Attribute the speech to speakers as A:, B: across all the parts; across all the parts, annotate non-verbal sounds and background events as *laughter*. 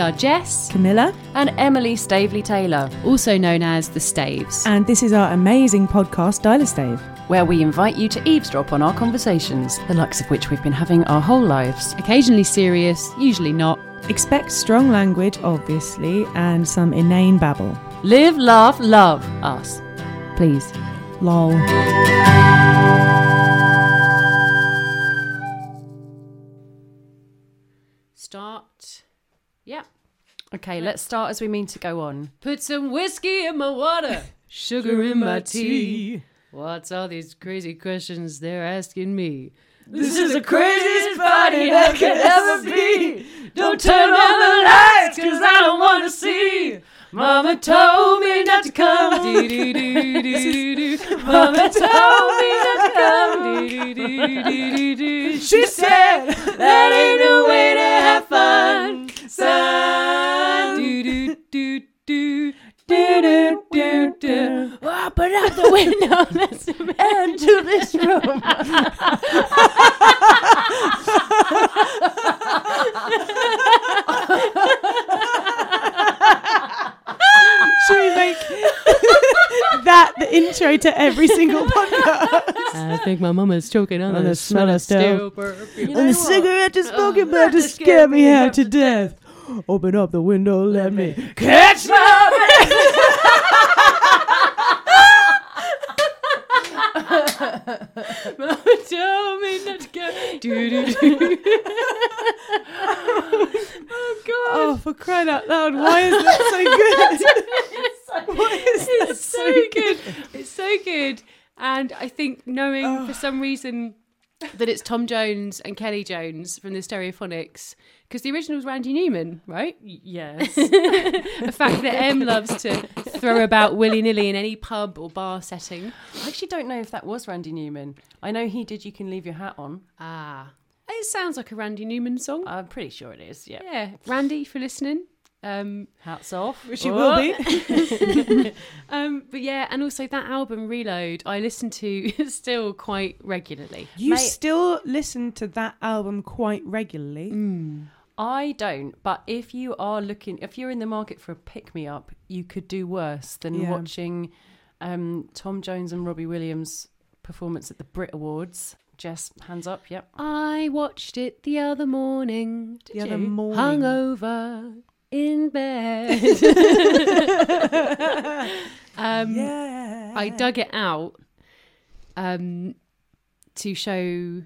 A: are Jess
B: Camilla,
A: and Emily Staveley Taylor, also known as The Staves,
B: and this is our amazing podcast, Dialer Stave.
A: where we invite you to eavesdrop on our conversations, the likes of which we've been having our whole lives.
C: Occasionally serious, usually not.
B: Expect strong language, obviously, and some inane babble.
A: Live, laugh, love us.
C: Please.
B: Lol.
C: Start.
A: Yeah. Okay, let's start as we mean to go on.
C: Put some whiskey in my water, sugar in my tea. What's all these crazy questions they're asking me? This is the craziest party I could ever be. Don't turn on the lights, cause I don't wanna see. Mama told me not to *laughs* come. Dee-dee-dee-dee-dee-dee. Mama told me not to come. Dee-dee-dee-dee-dee-dee. She said that ain't no way to have fun. Son. Do-do-do-do. Do-do-do-do. Open up the window. *laughs* That's the end to this room.
B: Should we make *laughs* that the intro to every *laughs* single podcast?
C: I think my mama's choking on
B: On the
C: the smell of
B: smell
C: stale perfume.
B: And the cigarette is smoking about to scare me half to death. Open up the window, let me catch my breath.
C: *laughs* Mama told me not to go. *laughs* Do, do, do.
B: *laughs* Oh, for crying out loud! Why is that so good? Why is that
C: It's so good. It's so good. And I think knowing for some reason that it's Tom Jones and Kelly Jones from the Stereophonics, because the original's Randy Newman, right?
A: *laughs* Yes.
C: the fact that M loves to throw about willy nilly in any pub or bar setting.
A: I actually don't know if that was Randy Newman. I know he did You Can Leave Your Hat On.
C: Ah. It sounds like a Randy Newman song.
B: Uh,
A: I'm pretty sure it is, yeah.
C: Yeah. Randy, for listening. Um,
A: Hats off.
B: Which it will be.
C: um, but yeah, and also that album Reload, I listen to *laughs* still quite regularly.
B: You
A: Mate-
B: still listen to that album quite regularly.
A: I don't, but if you are looking, if you're in the market for a pick me up, you could do worse than
B: Yeah.
A: watching um, Tom Jones and Robbie Williams' performance at the Brit Awards. Jess, hands up. Yep.
C: I watched it the other morning,
B: the other
A: you?
B: morning.
C: hungover in
B: *laughs*
C: bed. um,
B: Yeah.
C: I dug it out um, to show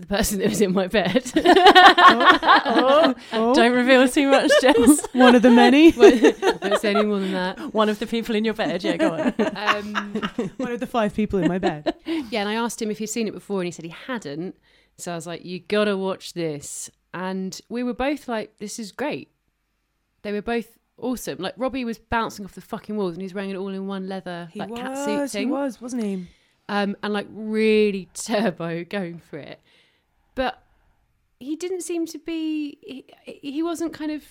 C: the person that was in my
A: *laughs*
C: bed.
B: Oh, oh.
A: Don't *laughs* reveal too much, Jess.
B: One of the many.
C: Don't say any more than that.
A: One of the people in your bed. Yeah, go on.
C: Um,
B: *laughs* One of the five people in my bed.
C: Yeah, and I asked him if he'd seen it before, and he said he hadn't. So I was like, "You gotta watch this." And we were both like, "This is great." They were both awesome. Like Robbie was bouncing off the fucking walls, and he was wearing an all-in-one leather
B: He
C: like
B: was.
C: catsuit
B: he
C: thing,
B: was, wasn't he?
C: um, and like really *laughs* turbo going for it. But he didn't seem to be. He, he wasn't kind of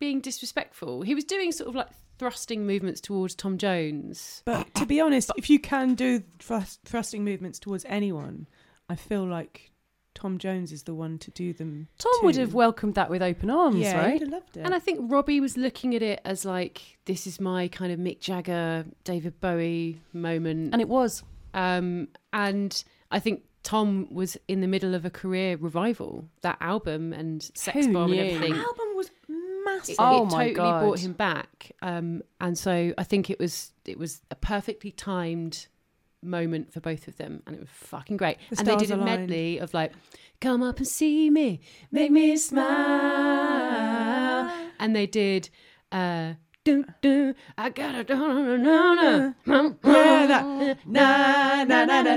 C: being disrespectful. He was doing sort of like thrusting movements towards Tom Jones.
B: But to be honest, if you can do thrust, thrusting movements towards anyone, I feel like Tom Jones is the one to do them.
A: Tom
B: to.
A: would have welcomed that with open arms,
B: yeah, he
A: right?
B: would have loved it.
C: And I think Robbie was looking at it as like, this is my kind of Mick Jagger, David Bowie moment.
A: And it was.
C: um, and I think Tom was in the middle of a career revival. That album and Sex
A: Who
C: Bomb and
A: knew?
B: the
C: everything.
B: album was massive.
C: It,
A: Oh
C: it
A: my
C: totally
A: God.
C: brought him back. Um, and so I think it was it was a perfectly timed moment for both of them and it was fucking great.
B: The
C: and they
B: stars
C: did a
B: aligned.
C: medley of like Come up and see me, make me smile. And they did uh do do I got a na na na
B: Yeah, *laughs* that. Na na na na na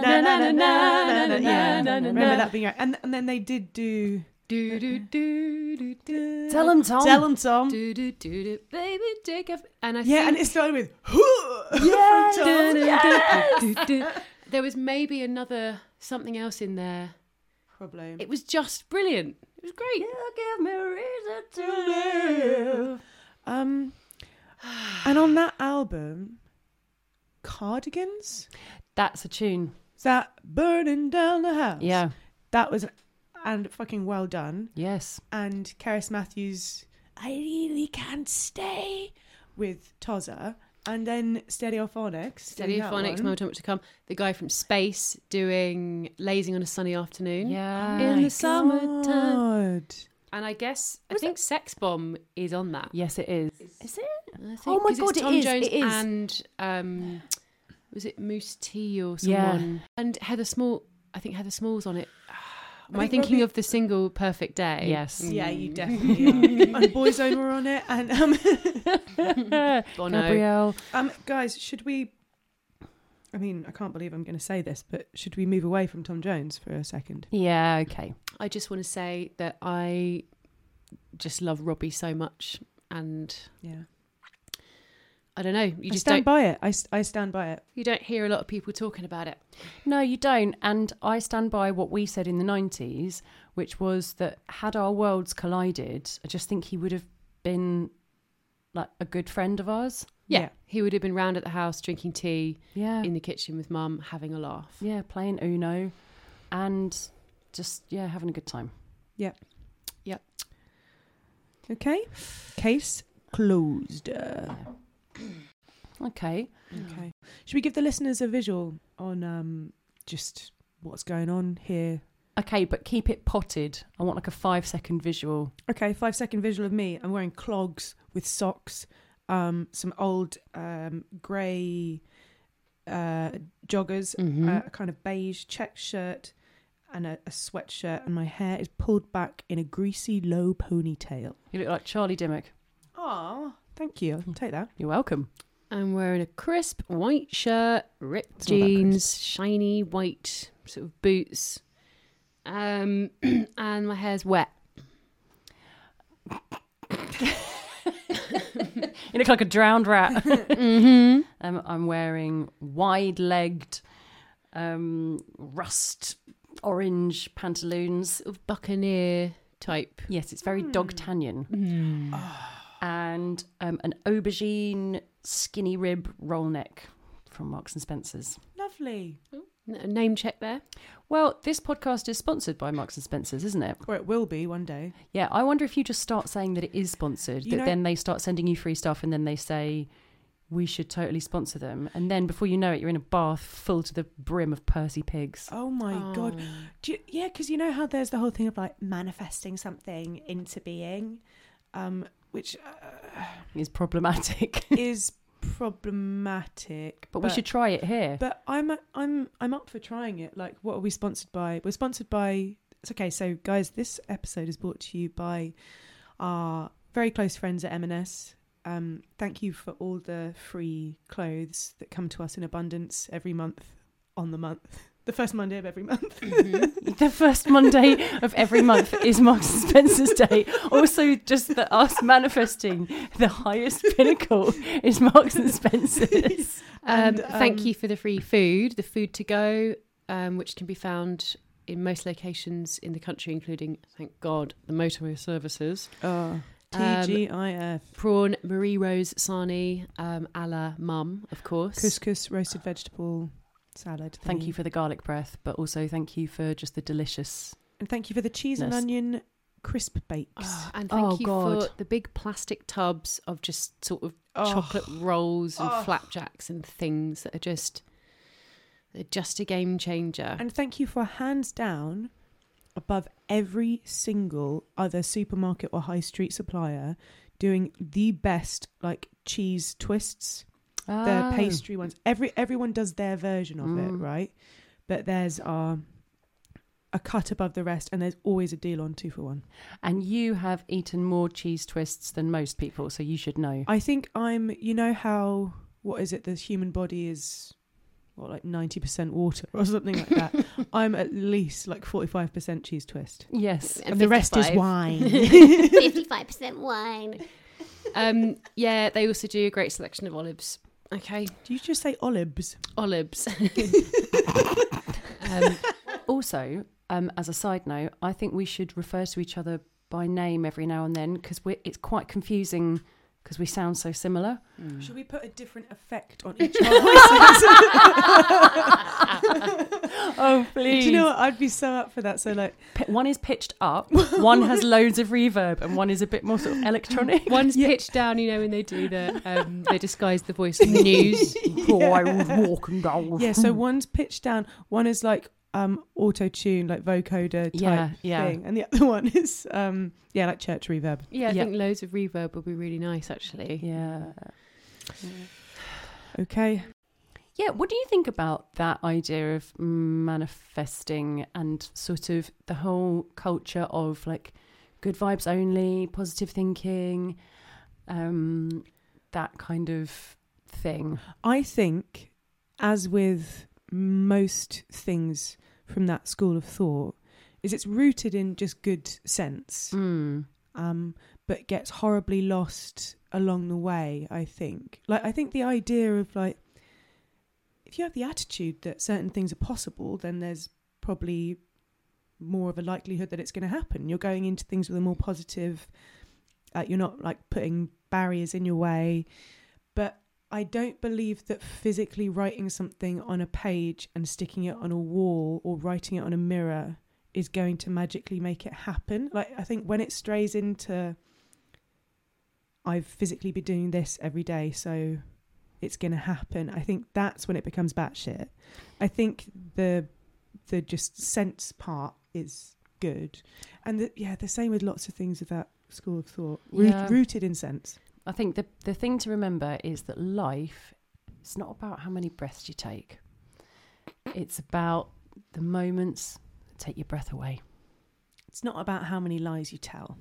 B: na na na na na na
C: Yeah.
B: na na. Remember that being right. And and then they did do.
C: do do do do do
A: *laughs* Tell him, Tom.
B: Tell 'em, Tom.
C: do do do do baby take off and I
B: Yeah,
C: think
B: and it started with *laughs* yeah, from Tom.
C: There was maybe another something else in there.
B: Probably.
C: It was just brilliant. It was great.
B: Um, and on that album, Cardigans,
A: That's a tune.
B: is that burning down the house?
A: Yeah.
B: that was an and fucking well done.
A: Yes.
B: And Karis Matthews, I really can't stay with Toza. And then Stereophonics.
D: Steady Phonics, more time to come. The guy from Space doing Lazing on a Sunny Afternoon.
A: Yeah. Oh
D: In the summertime.
B: God.
D: And I guess, I
A: Was
D: think Sex Bomb is on that.
A: Yes, it *laughs* is.
D: Is it? I think,
A: Oh my
D: 'cause
A: God,
D: it's
A: it
D: Tom
A: is,
D: Jones
A: it is.
D: and um, was it Moose T or
A: Yeah.
D: someone? And Heather Small. I think Heather Small's on it. Am I,
B: think
D: thinking Mm.
B: Robbie-
D: of the single "Perfect Day"?
A: Yes.
B: Yeah, you definitely
D: *laughs*
B: are. and Boyzone were on it. And um,
A: Oh,
D: Bono.
A: Gabrielle.
B: um, guys, should we? I mean, I can't believe I'm going to say this, but should we move away from Tom Jones for a second?
A: Yeah, okay.
D: I just want to say that I just love Robbie so much, and
B: Yeah,
D: I don't know.
B: I
D: You just
B: stand
D: don't.
B: by it. I, s- I stand by it.
D: you don't hear a lot of people talking about it.
A: No, you don't. And I stand by what we said in the 90s, which was that had our worlds collided, I just think he would have been like a good friend of ours.
D: Yeah.
B: Yeah.
D: He would have been round at the house drinking tea
A: Yeah.
D: in the kitchen with mum, having a laugh.
A: yeah, playing Uno and just, yeah, having a good time.
B: Okay, case closed. Uh,
A: Okay.
B: Okay. Should we give the listeners a visual on um just what's going on here?
A: Okay, but keep it potted. I want like a five second visual.
B: Okay, five second visual of me. I'm wearing clogs with socks, um, some old um grey uh joggers,
A: Mm-hmm.
D: Mhm.
B: uh, a kind of beige check shirt. And a, a sweatshirt, and my hair is pulled back in a greasy low ponytail.
A: You look like Charlie Dimmock.
B: Oh, thank you. I'll take that.
A: You're welcome.
D: I'm wearing a crisp white shirt, ripped
A: It's not that
D: jeans, shiny white sort of boots,
A: *clears throat*
D: um, and my hair's wet.
A: *laughs* You look like a drowned *laughs* rat.
D: mm-hmm.
A: Um, I'm wearing wide legged, um, rust orange pantaloons.
D: Sort of buccaneer type.
A: Yes, it's very dog tannion. Hmm. *sighs* And um, an aubergine skinny rib roll neck from Marks and Spencer's.
B: Lovely.
D: N- Name
A: *laughs*
D: check there.
A: Well, this podcast is sponsored by Marks and Spencer's, isn't it?
B: Or it will be one day.
A: Yeah, I wonder if you just start saying that it is sponsored,
B: You
A: that
B: know-
A: then they start sending you free stuff and then they say, we should totally sponsor them. And then before you know it, you're in a bath full to the brim of Percy pigs.
B: Oh my god.
A: Um.
D: Oh.
B: Do you, yeah, because you know how there's the whole thing of like manifesting something into being, um, which
A: *laughs*
B: uh,
A: Is problematic. *laughs*
B: is problematic.
A: But, we should try it here.
B: But I'm I'm I'm up for trying it. Like, what are we sponsored by? We're sponsored by. It's okay. So, guys, this episode is brought to you by our very close friends at M&S. Um, thank you for all the free clothes that come to us in abundance every month on the month, *laughs* the first Monday of every month.
A: *laughs* the first Monday of every month is Marks and Spencer's Day. Also, just the us manifesting the highest pinnacle is Marks and Spencer's.
B: And,
D: um, thank
B: um,
D: you for the free food, the food to go, um, which can be found in most locations in the country, including, thank God, the motorway services.
B: Oh,
D: Um,
B: TGIF.
D: Prawn, Marie Rose Sarni, um, a la mum, of course.
B: Couscous, roasted vegetable salad.
A: Thank
B: thingy.
A: you for the garlic breath, but also thank you for just the delicious.
B: And thank you for the cheese and
A: Ness.
B: onion crisp bakes.
D: Oh, and thank
A: Oh,
D: you
A: God.
D: for the big plastic tubs of just sort of
B: Oh.
D: chocolate rolls and
B: Oh.
D: flapjacks and things that are just they're just a game changer.
B: And thank you for hands down above every single other supermarket or high street supplier doing the best like cheese twists,
A: Ah.
B: the pastry ones. Every everyone does their version of it,
A: Oh. Mm.
B: right? But there's our a cut above the rest, and there's always a deal on two for one.
A: And you have eaten more cheese twists than most people, so you should know.
B: I think I'm. You know how what is it? The human body is what like ninety percent water or *laughs* something like
A: *laughs*
B: that. I'm at least like forty five percent cheese twist,
A: Yes.
B: and, the rest is
D: 55. *laughs*
B: wine.
E: 55% wine.
D: Um, yeah, they also do a great selection of olives. Okay,
B: Do you just say olives?
D: olives. *laughs* um,
A: Also, um, as a side note, I think we should refer to each other by name every now and then because it's quite confusing because we sound so similar.
B: Should we put a different effect on *laughs* each of our voices?
A: Oh, please.
B: Do you know what? I'd be so up for that. So like,
A: one is pitched up, *laughs* one has loads of reverb, and one is a bit more sort of *laughs* electronic.
D: One's pitched down, you know, when they do the um, they disguise the voice *laughs* in the news.
A: Oh,
B: yeah. So
A: *laughs*
B: one's pitched down, one is like um auto tune, like vocoder type
A: Yeah, yeah.
B: thing, and the other *laughs* one is um yeah, like church reverb.
D: Yeah, I
A: Yeah.
D: think loads of reverb would be really nice, actually.
A: Yeah.
B: Okay.
A: Yeah, what do you think about that idea of manifesting and sort of the whole culture of like good vibes only, positive thinking, um, that kind of thing?
B: I think, as with most things from that school of thought, is it's rooted in just good sense,
A: Mm.
B: um, but gets horribly lost along the way. I think, like, I think the idea of like, if you have the attitude that certain things are possible, then there's probably more of a likelihood that it's going to happen. You're going into things with a more positive. Uh, you're not like putting barriers in your way, but I don't believe that physically writing something on a page and sticking it on a wall or writing it on a mirror is going to magically make it happen. Like I think when it strays into I've physically been doing this every day, so it's going to happen. I think that's when it becomes batshit. I think the the just sense part is good, and the, yeah, the same with lots of things of that school of thought, Root,
A: Yeah.
B: rooted in sense.
A: I think the the thing to remember is that life it's not about how many breaths you take. It's about the moments that take your breath away.
B: It's not about how many lies you tell.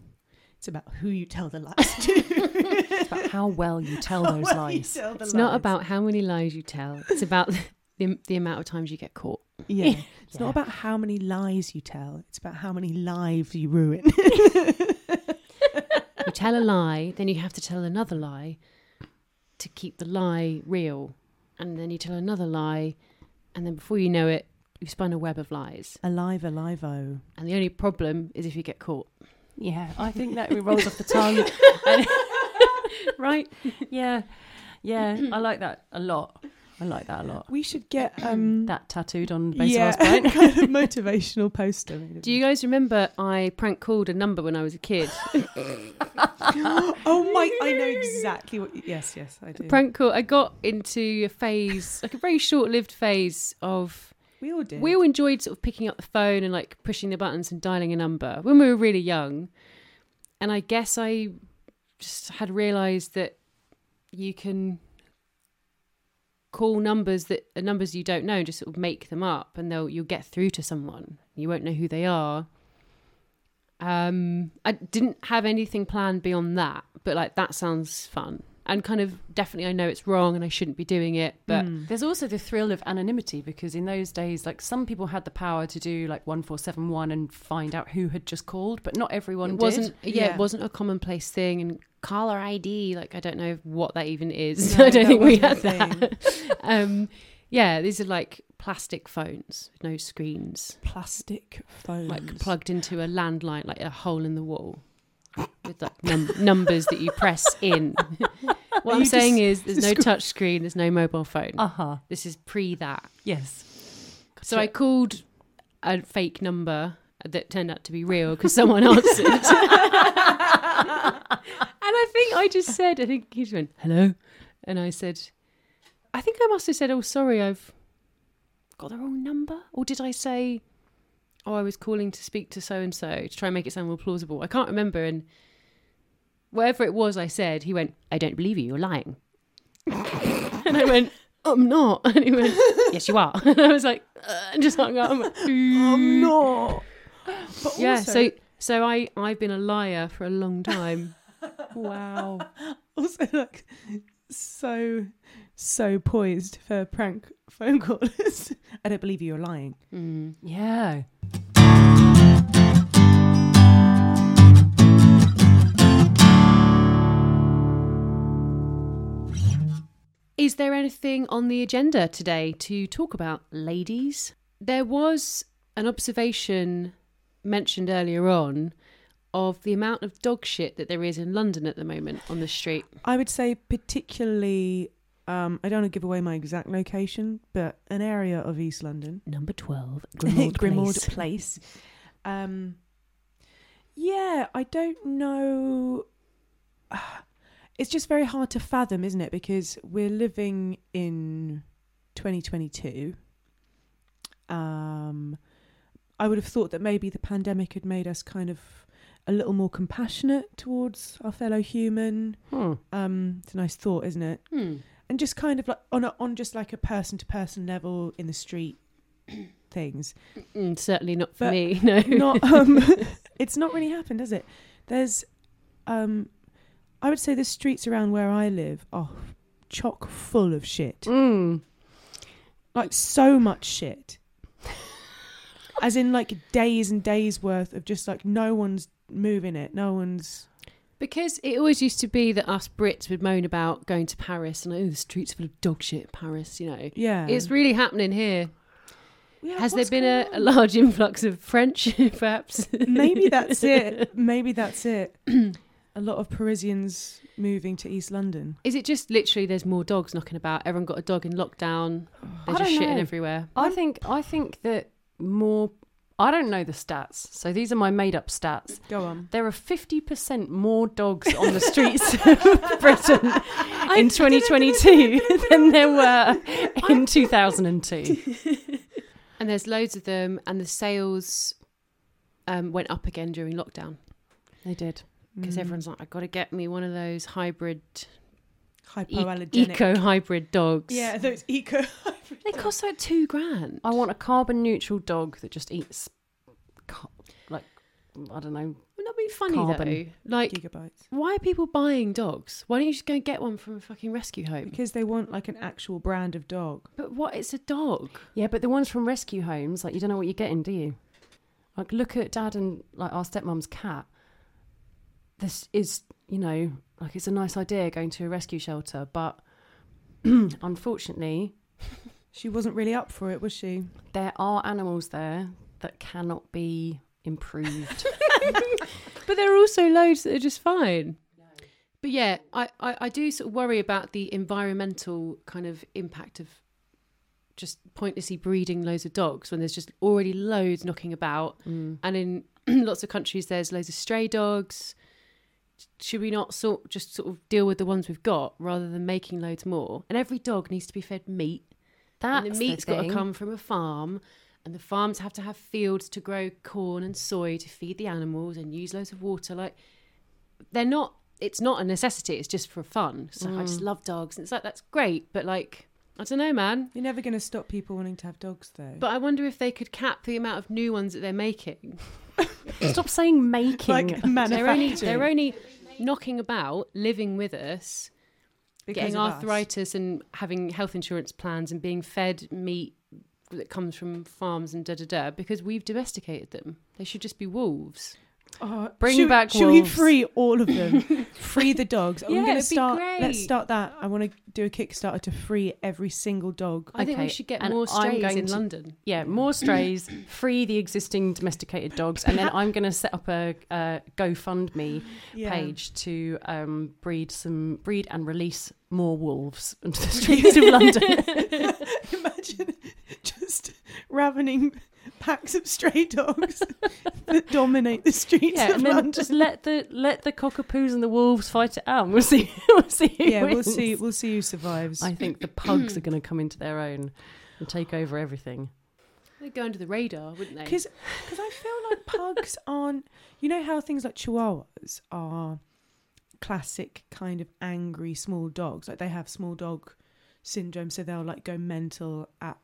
B: It's about who you tell the lies to.
A: It's about how well you tell
B: How
A: those
B: well you
A: lies.
B: *laughs* tell the
D: It's not
B: lies.
D: about how many lies you tell. It's about *laughs* the, the amount of times you get caught.
B: Yeah.
A: Yeah.
B: It's not about how many lies you tell. It's about how many lives you *laughs* ruin.
D: You tell a lie, then you have to tell another lie to keep the lie real, and then you tell another lie, and then before you know it, you've spun a web of lies.
B: alive, alive, oh.
D: And the only problem is if you get caught, *laughs*
A: Yeah, I think that rolls off the tongue.
D: right?
A: Yeah, yeah, I like that a lot. I like that a lot.
B: We should get um
A: That tattooed on the base
B: yeah, *laughs*
A: of
D: *laughs*
A: our spine.
B: kind of motivational *laughs* poster.
D: Do you guys remember I prank called a number when I was a kid?
B: *laughs* oh my! I know exactly what. You, yes, yes, I do.
D: prank call. I got into a phase, like a very short-lived phase of
B: we all did.
D: We all enjoyed sort of picking up the phone and like pushing the buttons and dialing a number when we were really young. And I guess I just had realised that you can call numbers that are numbers you don't know, and just sort of make them up, and they'll you'll get through to someone. You won't know who they are. Um, I didn't have anything planned beyond that, but like that sounds fun and kind of definitely I know it's wrong and I shouldn't be doing it,
B: Hmm. *laughs*
D: but
A: There's also the thrill of anonymity because in those days, like some people had the power to do like one four seven one and find out who had just called, but not everyone
D: it wasn't
A: did.
D: yeah,
B: Yeah.
D: it wasn't a commonplace thing and caller id like i don't know what that even is *laughs*
B: No,
D: i don't
B: that
D: think we had
B: wasn't a
D: that *laughs* um yeah these are like plastic phones with no screens
B: plastic phones.
D: like plugged into a landline like a hole in the wall with like num- *laughs* numbers that you press in *laughs* what i'm
B: you
D: saying
B: just- Oh.
D: is there's no touch screen there's no mobile phone
A: Uh huh.
D: this is pre that
A: Yes.
D: so I called a fake number that turned out to be real because
B: *laughs*
D: someone answered. and I think I just said, I think he just went, hello. And I said, I think I must have said, oh, sorry, I've got the wrong number. Or did I say, oh, I was calling to speak to so and so to try and make it sound more plausible? I can't remember. And whatever it was I said, he went, I don't believe you, you're lying. *laughs* and I went, I'm not. *laughs* And he went, Yes, you are. *laughs* And I was like, uh, and just hung up. I'm like,
B: *laughs* I'm not. But
D: yeah.
B: also,
D: so so I I've been a liar for a long time. wow.
B: *laughs* also like so so poised for prank phone *laughs* callers. I don't believe you're lying.
D: Mm.
A: Yeah.
D: Is there anything on the agenda today to talk about, ladies? There was an observation mentioned earlier on of the amount of dog shit that there is in London at the moment on the street.
B: I would say particularly. Um, I don't want to give away my exact location, but an area of East London, *laughs*
D: Number 12,
B: Grimald Place. Um, yeah, I don't know. *sighs* It's just very hard to fathom, isn't it? Because we're living in 2022. Um, I would have thought that maybe the pandemic had made us kind of a little more compassionate towards our fellow human.
A: Hmm.
B: Um, it's a nice thought, isn't it?
D: Hmm.
B: and just kind of like on a, on just like a person to person level in the street things
D: Mm, certainly not for
B: But
D: me, *laughs* no.
B: not um *laughs* it's not really happened has it there's um i would say the streets around where i live are chock full of shit
A: Mm.
B: like so much shit as in like days and days worth of just like no one's moving it no one's
D: Because it always used to be that us Brits would moan about going to Paris and, oh, the streets full of dog shit, Paris, you know.
B: yeah
D: It's really happening here.
B: Yeah,
D: Has there
B: what's
D: been a, a
B: going on?
D: large *laughs* influx of French, *laughs* perhaps?
B: maybe that's
D: *laughs*
B: it maybe that's
D: *clears throat*
B: it a lot of parisians moving to east london
D: Is it just literally there's more dogs knocking about? Everyone got a dog in lockdown. They're
A: I
D: just
A: don't
D: shitting
A: know.
D: everywhere.
A: I think I think that more. I don't know the stats, so these are my made-up stats.
B: go on
A: There are fifty percent more dogs on the
B: *laughs*
A: streets
D: *laughs*
A: of Britain in 2022 than there
D: *laughs*
A: were in 2002.
D: And there's loads of them, and the sales um, went up again during lockdown
A: They did.
D: *laughs*
B: Mm.
D: because everyone's like, I've got to get me one of those hybrid,
B: hypoallergenic
D: eco hybrid dogs.
B: yeah those eco
D: They cost like two grand.
A: I want a carbon-neutral dog that just eats, ca- like, I don't know.
D: Wouldn't that be funny
A: Carbon.
D: though? Like,
B: gigabytes
D: why are people buying dogs? Why don't you just go and get one from a fucking rescue home?
B: because they want like an actual brand of dog
D: But what? It's a dog.
A: Yeah, but the ones from rescue homes, like, you don't know what you're getting, do you? Like, look at Dad and like our stepmom's cat. This is, you know, like it's a nice idea going to a rescue shelter, but *clears throat* unfortunately,
B: she wasn't really up for it was she
A: there are animals there that cannot be improved. *laughs*
D: But there are also loads that are just fine. But yeah, I, I, I do sort of worry about the environmental kind of impact of just pointlessly breeding loads of dogs when there's just already loads knocking about.
A: Mm.
D: And in *clears throat* lots of countries, there's loads of stray dogs. Should we not sort just sort of deal with the ones we've got rather than making loads more? And every dog needs to be fed meat.
A: That's
D: and the
A: the
D: meat's got to
A: thing.
D: come from a farm, and the farms have to have fields to grow corn and soy to feed the animals and use loads of water. Like they're not. It's not a necessity. It's just for fun. So I
A: Mm.
D: just love dogs, and it's like that's great, but like I don't know, man.
B: you're never going to stop people wanting to have dogs though
D: But I wonder if they could cap the amount of new ones that they're making.
A: Stop saying making.
B: like
D: *laughs* They're only
B: manufacturing
D: they're only knocking about, living with us,
B: because
D: getting
B: of us.
D: arthritis and having health insurance plans and being fed meat that comes from farms and da da da because we've domesticated them. They should just be wolves.
B: Oh,
A: Bring
B: should,
A: back
B: should we
A: wolves.
B: free all of
A: *laughs*
B: them free the dogs i'm
D: Yeah,
B: going to
D: it'd be
B: start
D: great.
B: let's start that i want to do a kickstarter to free every single dog
D: I think we
A: Okay,
D: should get
A: and
D: more
A: I'm
D: strays
A: going
D: in
A: to-
D: London.
A: Yeah, more strays, free the existing domesticated dogs, and then I'm going to set up a, a GoFundMe
B: Yeah.
A: *laughs* page to um, breed some breed and release more wolves *laughs* into
B: *laughs*
A: the streets of London.
B: *laughs* Imagine just ravening packs of stray dogs *laughs* that dominate the streets
A: Yeah,
B: of
A: and then
B: London.
A: just let the let the cockapoos and the wolves fight it out. and We'll see. *laughs* We'll see. who
B: yeah, we'll
A: wins.
B: see. We'll see who survives.
A: I think the pugs are going to come into their own and take over everything.
D: They'd go under the radar, wouldn't they?
B: Because I feel like pugs aren't. You know how things like Chihuahuas are classic kind of angry small dogs. Like they have small dog syndrome, so they'll like go mental at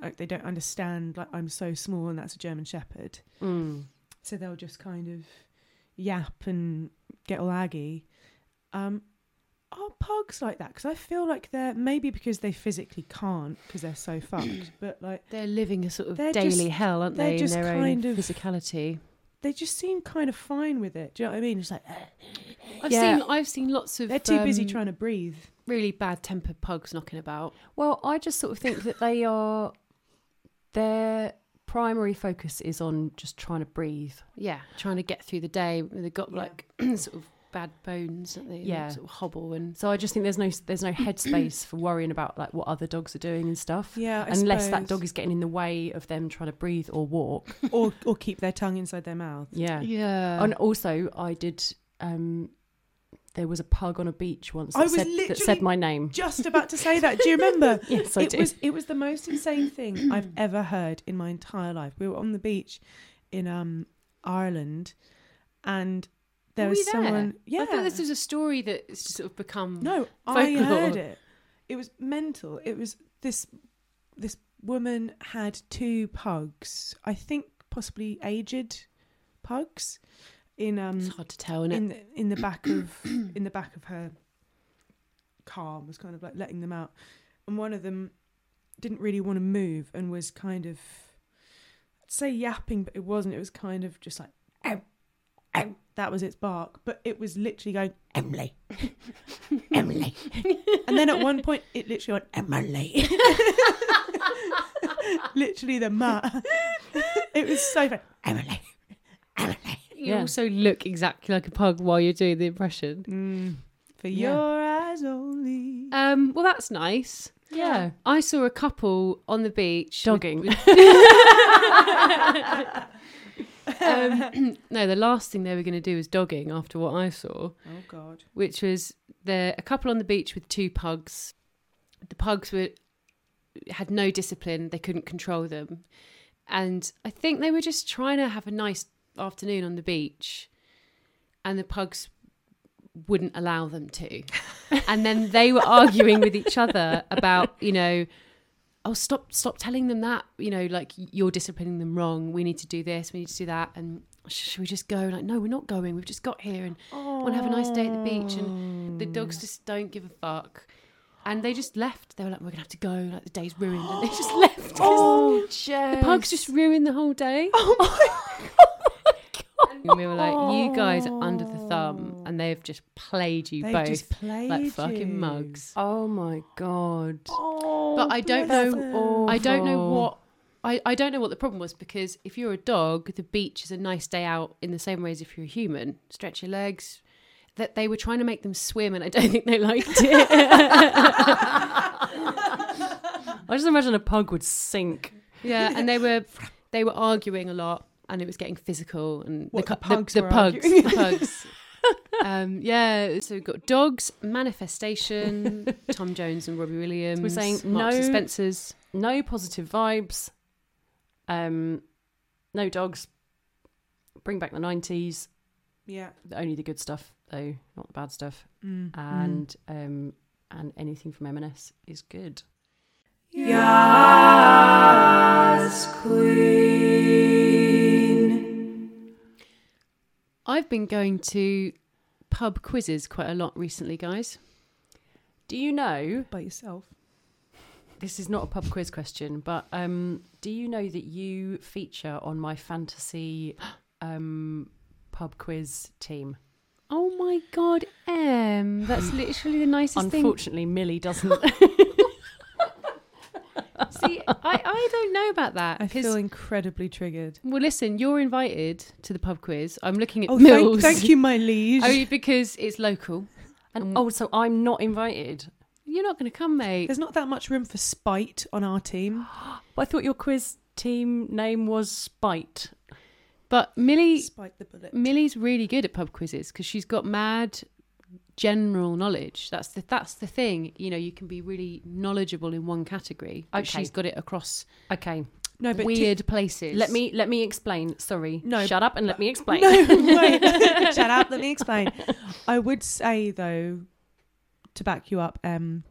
B: like they don't understand. Like I'm so small, and that's a German Shepherd.
A: Mm.
B: so they'll just kind of yap and get all aggy. Um, are pugs like that? Because I feel like they're maybe because they physically can't because they're so fucked, but like
D: They're living a sort of
B: They're
D: daily
B: just-
D: hell, aren't
B: they're
D: they?
B: just
D: in their
B: kind
D: own
B: of-
D: physicality.
B: they just seem kind of fine with it. Do you know what I mean? It's like
D: I've
A: Yeah.
D: seen I've seen lots of
B: they're too busy
D: um,
B: trying to breathe.
D: really bad tempered pugs knocking about.
A: Well, I just sort of think that they are they're primary focus is on just trying to breathe.
D: yeah, trying to get through the day. They've got
B: Yeah.
D: like *clears throat* sort of bad bones that they
A: Yeah.
D: sort of hobble and
A: So I just think there's no there's no headspace for worrying about like what other dogs are doing and stuff.
B: Yeah, I
A: Unless that
B: suppose.
A: dog is getting in the way of them trying to breathe or walk.
B: or or keep their tongue inside their mouth.
A: Yeah.
D: yeah.
A: And also, I did. Um, there was a pug on a beach once
B: I
A: that,
B: was
A: said, that said
B: literally-
A: my name. *laughs*
B: Just about to say that. Do you *laughs* remember?
A: Yes, I
B: it
A: did.
B: was it was the most insane *clears throat* thing I've ever heard in my entire life. We were on the beach in um Ireland, and there
D: Were
B: was
D: you there?
B: someone. Yeah,
D: I thought this was a story that's sort of become
B: no. I
D: folklore.
B: heard it. It was mental. It was this this woman had two pugs. I think possibly aged pugs in um
D: It's hard to tell,
B: *laughs*
D: is *laughs*
B: in the, in the back of in the back of her car was kind of like letting them out and one of them didn't really want to move and was kind of I'd say yapping but it wasn't it was kind of just like "Ow, ow." that was its bark but it was literally going Emily
D: *laughs*
B: Emily and then at one point it literally went Emily *laughs* literally the ma *laughs* it was so funny Emily Emily
D: You
A: Yeah.
D: also look exactly like a pug while you're doing the impression.
B: For
A: Yeah.
B: your eyes only.
D: Um, well, that's nice.
A: yeah.
D: I saw a couple on the beach.
A: Dogging.
D: *laughs* Um, *clears throat* no, the last thing they were going to do was dogging after what I saw,
B: Oh God.
D: which was there a couple on the beach with two pugs. The pugs were had no discipline; they couldn't control them, and I think they were just trying to have a nice afternoon on the beach, and the pugs wouldn't allow them
A: *laughs*
D: to, and then they were arguing with each other about you know. Oh, stop! Stop telling them that. You know, like you're disciplining them wrong. We need to do this. We need to do that. And "Sh- should we just go? Like, no, we're not going. We've just got here, and want to have a nice day at the beach and the dogs just don't give a fuck and they just left they were like we're gonna have to go like the day's ruined and they just *laughs* left
A: Oh, Jess.
D: the pugs just ruined the whole day
A: Oh my, oh my god.
D: and we were like you guys are under the thumb and they've just played you
B: They
D: both
B: just played
D: like fucking
B: you.
D: mugs
A: Oh my god.
B: Oh,
D: But I don't
B: bless
D: know-
B: them.
D: i don't know
A: Awful.
D: what I, I don't know what the problem was because if you're a dog the beach is a nice day out in the same way as if you're a human stretch your legs that they were trying to make them swim and i don't think they liked it
A: I just imagine a pug would sink.
D: Yeah, and they were they were arguing a lot, and it was getting physical. And
B: What,
D: cu-
B: the pugs
D: the,
B: were
D: pugs,
B: arguing?
D: the pugs. Um, yeah, so we've got dogs, manifestation, Tom Jones and Robbie Williams.
A: we're saying
D: Marks and
A: no-
D: Spencers.
A: No positive vibes. Um, no dogs. Bring back the nineties.
B: Yeah.
A: Only the good stuff though, not the bad stuff.
B: Mm.
D: Ah.
A: And um, and anything from M&S is good.
D: I've been going to pub quizzes quite a lot recently, guys.
A: Do you know?
B: By yourself.
A: This is not a pub quiz question, but um, do you know that you feature on my fantasy *gasps* um, pub quiz team?
D: Oh my god, Em, that's literally the nicest thing.
A: Unfortunately, Millie doesn't.
B: *laughs*
D: See, I, I don't know about that
B: I feel
D: because.
B: incredibly triggered.
D: Well, listen, you're invited to the pub quiz. I'm looking at
B: Oh, thank,
D: Mills.
B: thank
D: *laughs*
B: you, my liege.
D: Only because it's local.
A: and oh, so I'm not invited.
D: You're not going to come, mate.
B: There's not that much room for spite on our
A: *gasps*
B: team.
A: But I thought your quiz team name was Spite.
D: But Millie,
B: Spite the bullet.
D: Millie's really good at pub quizzes because she's got mad general knowledge. That's the that's the thing. You know, you can be really knowledgeable in one category. but
A: Okay.
D: she's got it across
A: Okay,
B: No, but t-
D: weird places.
A: let me let me explain. Sorry,
B: No,
A: shut up and let me explain. *laughs*
B: no, wait. Shut up. Let me explain. I would say though, to back you up, um,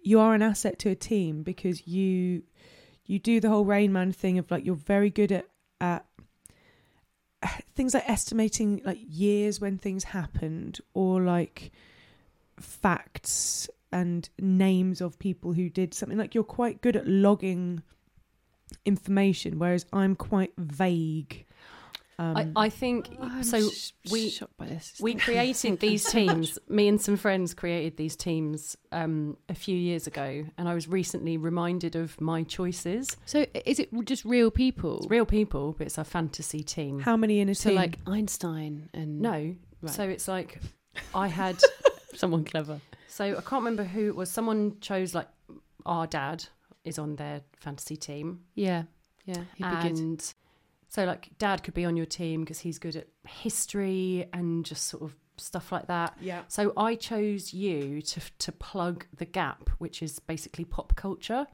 B: you are an asset to a team because you you do the whole Rain Man thing of like you're very good at at *sighs* things like estimating like years when things happened or like facts and names of people who did something like you're quite good at logging information whereas i'm quite vague Um,
A: I, I think
D: I'm
A: so.
D: sh-
A: we-
D: shocked by this.
A: We created these teams. Me and some friends created these teams um, a few years ago, and I was recently reminded of my choices.
D: So is it just real people?
A: It's real people, but it's a fantasy team.
B: how many in a
D: so
B: team?
D: like Einstein and
A: no,
D: Right.
A: so it's like I had.
D: someone clever.
A: So I can't remember who it was. Someone chose like our dad is on their fantasy team,
D: Yeah, yeah, he'd be good.
A: and so like dad could be on your team because he's good at history and just sort of stuff like that.
B: yeah.
A: So I chose you to to plug the gap, which is basically pop culture.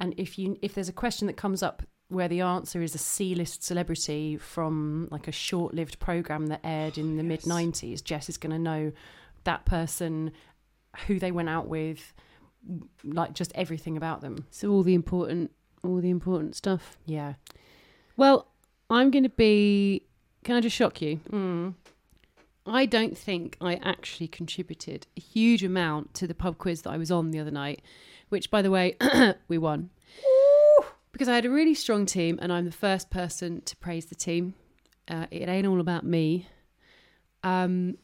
A: And if you if there's a question that comes up where the answer is a C-list celebrity from like a short-lived program that aired in the
B: yes.
A: mid 90s, Jess is going to know that person, who they went out with, like just everything about them.
D: So all the important, all the important stuff.
A: Yeah.
D: Well, I'm going to be. Can I just shock you?
A: Mm.
D: I don't think I actually contributed a huge amount to the pub quiz that I was on the other night, which, by the way, *coughs* we won. Because I had a really strong team, and I'm the first person to praise the team. Uh, it ain't all about me. Um,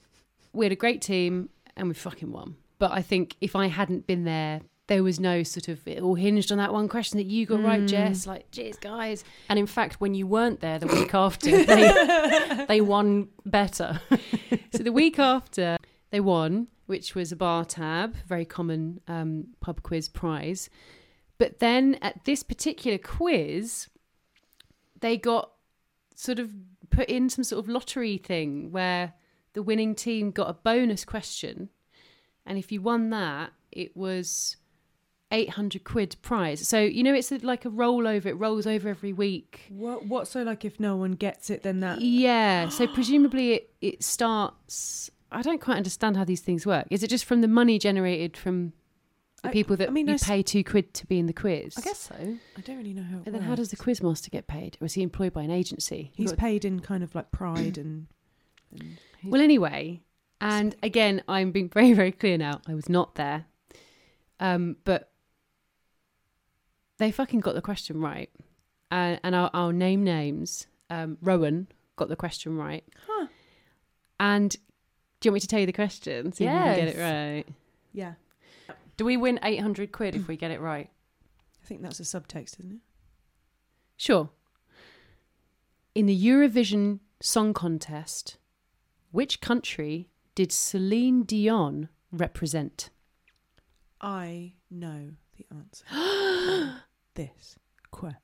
D: we had a great team, and we fucking won. But I think if I hadn't been there, there was no sort of it all hinged on that one question that you got right,
A: Mm.
D: Jess. Like, cheers, guys.
A: And in fact, when you weren't there the week after, they, they won better.
D: *laughs* so the week after they won, which was a bar tab, very common um, pub quiz prize. But then at this particular quiz, they got sort of put in some sort of lottery thing where the winning team got a bonus question, and if you won that, it was. 800 quid prize. So, you know, it's like a rollover. It rolls over every week.
B: What? What? So like, if no one gets it, then that.
D: Yeah. So presumably it, it starts. I don't quite understand how these things work. Is it just from the money generated from the
B: I-
D: people that
B: I mean,
D: you
B: I s-
D: pay two quid to be in the quiz?
A: I guess so.
B: I don't really know how. It
D: And then how
B: works.
D: does the quiz master get paid? Or is he employed by an agency?
B: he's
D: Got-
B: paid in kind of like pride and. and
D: well, anyway. And again, I'm being *laughs* very, very clear now. I was not there. Um, but they fucking got the question right. Uh, and I'll, I'll name names. Um, Rowan got the question right.
B: huh.
D: And do you want me to tell you the question? See if you can get it right.
B: Yeah.
A: Do we win 800 quid if we get it right?
B: I think that's a subtext, isn't it?
D: Sure. In the Eurovision Song Contest, which country did Celine Dion represent?
B: I know the answer. *gasps* to this question.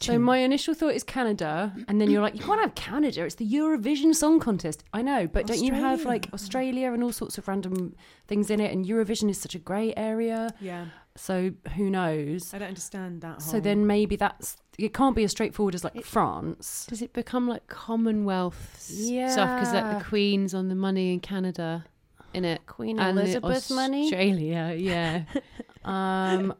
A: So my initial thought is Canada, and then you're like, you can't have Canada. It's the Eurovision Song Contest. I know, but don't you have
B: Australia.
A: like Australia and all sorts of random things in it? And Eurovision is such a grey area,
B: Yeah,
A: so who knows?
B: I don't understand that.
A: So
B: whole-
A: then maybe that's it. Can't be as straightforward as like France.
D: Does it become like Commonwealth s- stuff? Because like
A: Yeah.
D: the Queen's on the money in Canada, in it.
A: Queen
D: and the
A: Elizabeth money.
D: Australia, yeah.
A: *laughs* Um,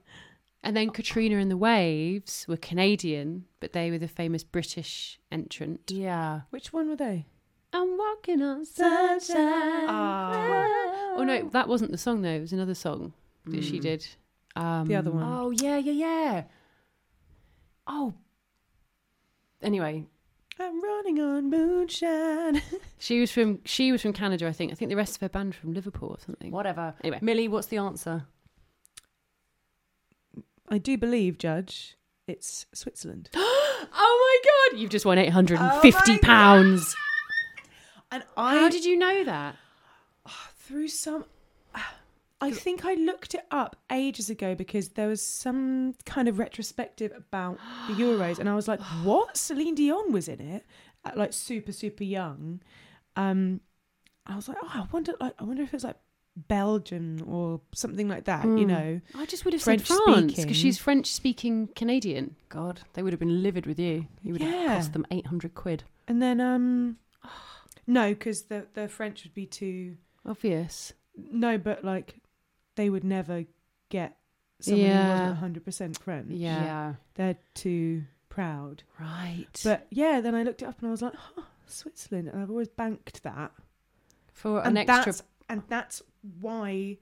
D: and then Katrina and the Waves were Canadian, but they were the famous British entrant.
A: yeah.
B: which one were they?
D: I'm walking on
B: Ah.
D: Oh no, that wasn't the song though. It was another song that she
A: Mm.
D: did. Um,
B: The other one.
A: Oh yeah, yeah, yeah. Oh. Anyway,
B: I'm running on *laughs* moonshine.
D: She was from she was from Canada, I think. I think the rest of her band from Liverpool or something.
A: whatever.
D: Anyway.
A: Millie, what's the answer?
B: I do believe, Judge, it's *gasps* Switzerland.
D: Oh my god, you've just won eight hundred and fifty pounds.
B: And
D: Oh How
B: I
D: did you know that?
B: through some *sighs* I think I looked it up ages ago because there was some kind of retrospective about the Euros and I was like,
A: *gasps*
B: what? Celine Dion was in it at like super, super young. Um I was like, oh, I wonder like I wonder if it's like Belgium or something like that, you
A: Hmm.
B: know.
D: I just would have
B: said
D: said France
B: speaking.
D: because she's French speaking Canadian.
A: God, they would have been livid with you. You would
B: Yeah.
A: have cost them 800 quid.
B: And then
A: *sighs*
B: um no, because the the French would be too
D: Obvious.
B: no, but like they would never get someone who
D: Yeah.
B: wasn't hundred percent French.
D: Yeah.
B: They're too proud.
D: Right.
B: But yeah, then I looked it up and I was like, oh, Switzerland. And I've always banked that.
A: For an
B: and
A: extra.
B: That's, and that's why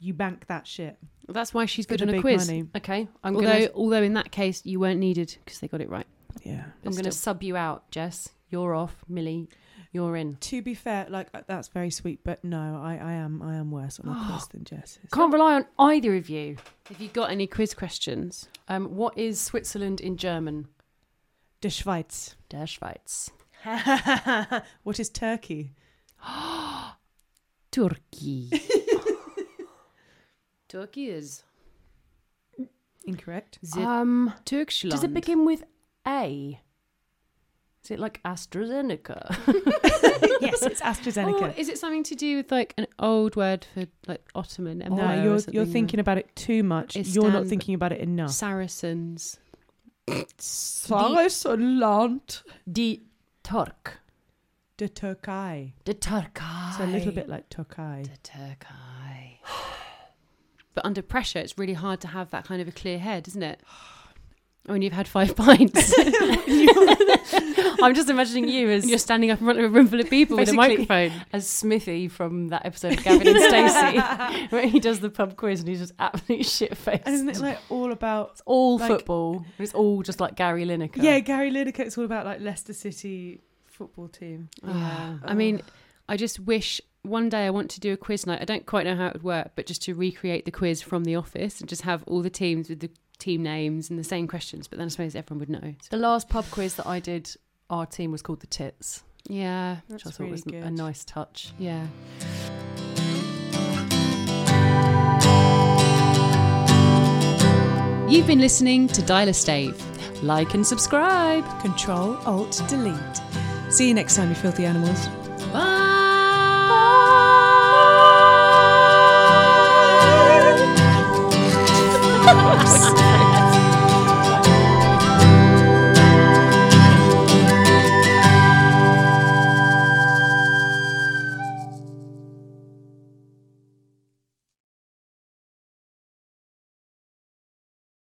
B: you bank that shit.
D: that's why she's
B: for
D: good
B: the
D: on a
B: big
D: quiz.
B: money.
A: Okay, I'm
D: Although
A: going to.
D: although in that case you weren't needed because they got it right.
B: yeah.
A: I'm going to sub you out, Jess. You're off. Millie, you're in.
B: To be fair, like uh, that's very sweet, but no, I, I am I am worse on a quiz than Jess is.
A: Can't rely on either of you.
D: Have you got any quiz questions?
A: Um, what is Switzerland in German?
B: Die Schweiz.
A: Der Schweiz.
B: *laughs* what is Turkey?
A: Turkey.
D: Turkey is *laughs*
B: Incorrect.
D: is it
A: um,
D: Türkschland.
A: does it begin with A? Is it like
B: *laughs*
A: AstraZeneca?
B: yes, it's AstraZeneca.
D: Or Oh, is it something to do with like an old word for like Ottoman Empire?
B: no,
D: or
B: you're
D: something?
B: you're thinking about it too much.
D: It
B: you're not
D: stands-
B: thinking about it enough.
D: Saracens.
B: Sarasland
A: Die Turk.
B: de Turkai.
A: The Turkai.
B: So a little bit like Turkai.
D: The Turkai. But under pressure, it's really hard to have that kind of a clear head, isn't it? *sighs* When you've had five *laughs* pints,
B: *laughs*
A: *laughs* I'm just imagining you as
D: and you're standing up in front of a room full of people with a
A: Basically-
D: microphone.
B: *laughs*
A: as Smithy from that episode of Gavin and *laughs* Stacey, where he does the pub quiz and he's just absolutely *laughs* shit faced.
B: And isn't it like all about?
A: It's all
B: like-
A: football. It's all just like Gary Lineker.
B: Yeah, Gary Lineker. It's all about like Leicester City football team.
D: Yeah. I mean, I just wish one day I want to do a quiz night. I don't quite know how it would work, but just to recreate the quiz from the office and just have all the teams with the team names and the same questions. But then I suppose everyone would know. So-
A: The last pub quiz that I did, our team was called the Tits,
D: yeah,
A: which I
B: That's
A: thought
B: really
A: was
B: good.
A: a nice touch.
D: yeah. You've been listening to Dial a Stave.
A: Like and subscribe.
B: Control Alt Delete. See you next time, you filthy animals.
D: Bye.